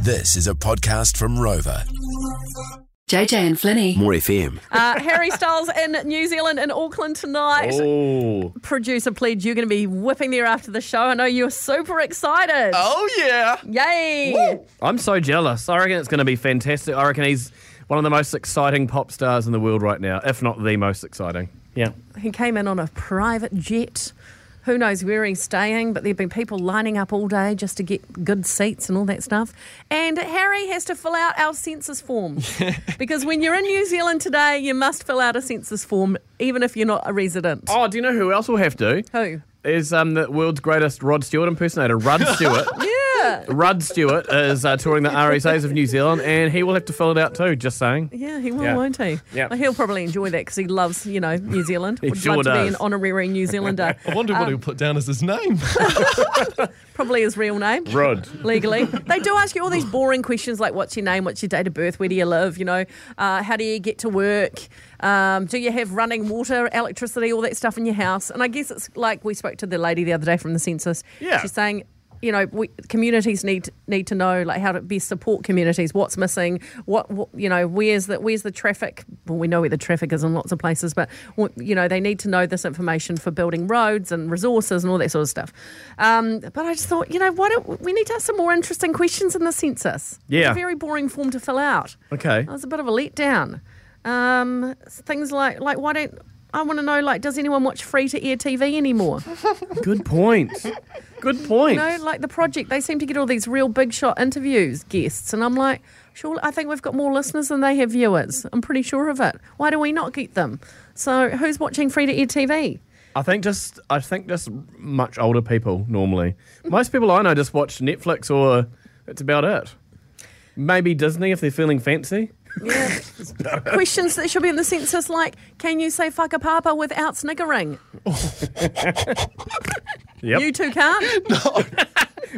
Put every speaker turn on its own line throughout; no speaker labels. This is a podcast from Rover.
JJ and Flinny.
More FM.
Uh, Harry Styles in New Zealand in Auckland tonight.
Oh.
Producer Pledge, you're going to be whipping there after the show. I know you're super excited.
Oh yeah.
Yay!
I'm so jealous. I reckon it's going to be fantastic. I reckon he's one of the most exciting pop stars in the world right now, if not the most exciting. Yeah.
He came in on a private jet. Who knows where he's staying, but there have been people lining up all day just to get good seats and all that stuff. And Harry has to fill out our census form. because when you're in New Zealand today, you must fill out a census form, even if you're not a resident.
Oh, do you know who else will have to?
Who?
Is um, the world's greatest Rod Stewart impersonator, Rod Stewart.
Yeah.
Rod Stewart is uh, touring the RSAs of New Zealand, and he will have to fill it out too. Just saying.
Yeah, he will,
Yeah.
won't he?
Yeah.
Well, he'll probably enjoy that because he loves, you know, New Zealand.
He
Would
sure
love to be
does.
an honorary New Zealander.
I wonder what he'll put down as his name.
probably his real name.
Rod.
Legally, they do ask you all these boring questions like, "What's your name? What's your date of birth? Where do you live? You know, uh, how do you get to work? Um, do you have running water, electricity, all that stuff in your house?" And I guess it's like we spoke to the lady the other day from the census.
Yeah.
she's saying, you know, we, communities need need to know like how to best support communities. What's missing? What, what you know? Where's the where's the traffic? Well, we know where the traffic is in lots of places, but what- you know they need to know this information for building roads and resources and all that sort of stuff. Um, but I just thought, you know, why don't we need to ask some more interesting questions in the census?
Yeah.
it's a very boring form to fill out.
Okay.
That was a bit of a letdown. Um, things like like why don't I want to know like does anyone watch free to air TV anymore?
Good point. Good point.
You know, like the project, they seem to get all these real big shot interviews, guests, and I'm like, sure, I think we've got more listeners than they have viewers. I'm pretty sure of it. Why do we not get them? So who's watching free to air TV?
I think just I think just much older people normally. Most people I know just watch Netflix or that's about it. Maybe Disney if they're feeling fancy.
Yeah. Questions that should be in the census, like, can you say "fucker papa" without sniggering?
Yep.
You two can't.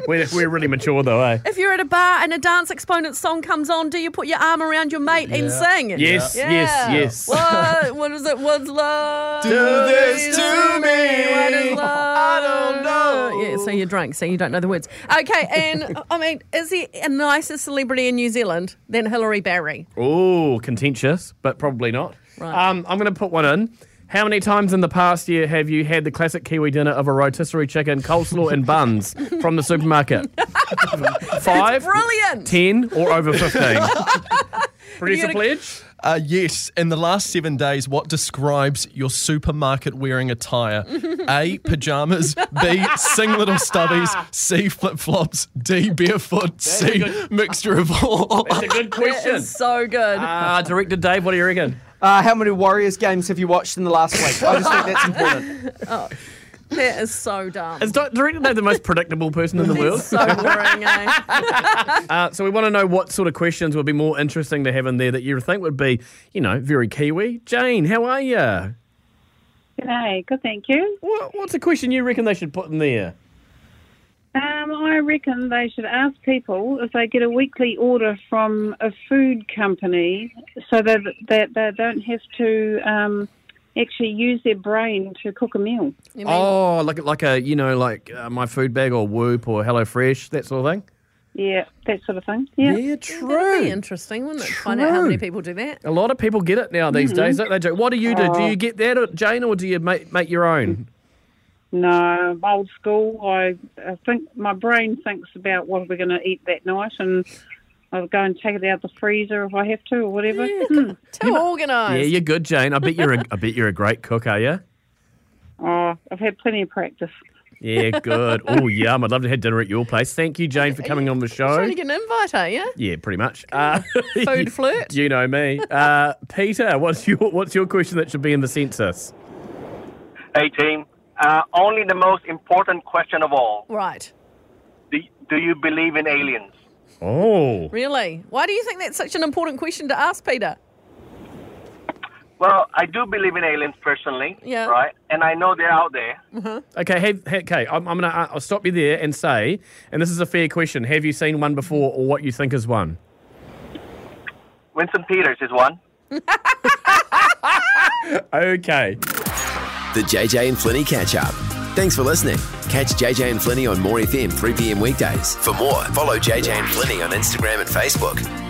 we're, we're really mature though, eh?
If you're at a bar and a dance exponent song comes on, do you put your arm around your mate and sing?
Yes, yes, yes.
What? What is it? What's love?
this to
What is
me.
love? I don't know. Yeah, so you're drunk, so you don't know the words. Okay, and I mean, is there a nicer celebrity in New Zealand than Hillary Barry?
Oh, contentious, but probably not.
Right.
Um, I'm going to put one in. How many times in the past year have you had the classic Kiwi dinner of a rotisserie chicken, coleslaw, and buns from the supermarket? Five,
Brilliant.
ten, or over fifteen? Producer
gotta-
pledge.
uh, yes, in the last seven days, what describes your supermarket wearing attire? A. Pajamas. B. Singlet or stubbies. C. Flip flops. D. Barefoot. C. Mixture of all.
That's a good
That
question.
is so good.
Ah, Director Dave, what do you reckon?
Uh, how many Warriors games have you watched in the last week? I just think that's important.
that is so dumb.
Is Di- Director Dave the most predictable person in the world?
It's so boring, eh?
Uh, so we want to know what sort of questions would be more interesting to have in there that you think would be, you know, very Kiwi. Jane, how are you?
G'day, good, thank you.
What, what's a question you reckon they should put in there?
Um, I reckon they should ask people if they get a weekly order from a food company so that, that they don't have to um, actually use their brain to cook a meal.
You mean-
Oh, like like a you know like uh, my food bag or Whoop or HelloFresh that sort of thing.
Yeah, that sort of thing. Yeah.
That'd be interesting, wouldn't it? to Find out how
True.
many people do that.
A lot of people get it now these days, don't they? Jane? What do you do? Do you get that, or, Jane, or do you make make your own?
No, old school. I, I think my brain thinks about what we're going to eat that night and I'll go and take it out the freezer if I have to or whatever. Hmm.
Too
Yeah,
organised.
you're good, Jane. I bet you're a I bet you're a great cook, are you?
Oh, I've had plenty of practice.
Yeah, good. oh, yum! I'd love to have dinner at your place. Thank you, Jane, for coming on the show.
Trying to get an invite, are you?
Yeah, pretty much. Uh,
Food flirt.
You know me, uh, Peter. What's your what's your question that should be in the census?
Hey, team. Uh, only the most important question of all.
Right.
Do, do you believe in aliens?
Oh,
Really? Why do you think that's such an important question to ask, Peter?
Well, I do believe in aliens personally,
Yeah.
right? And I know they're out there.
Okay, have, ha- okay. I'm, I'm gonna. uh, I'll stop you there and say, and this is a fair question. Have you seen one before, or what you think is one?
Winston Peters is one.
Okay.
The JJ and Flinny catch up.
Thanks for listening. Catch JJ and Flinny on More FM 3 p.m. weekdays. For more, follow JJ and Flinny on Instagram and Facebook.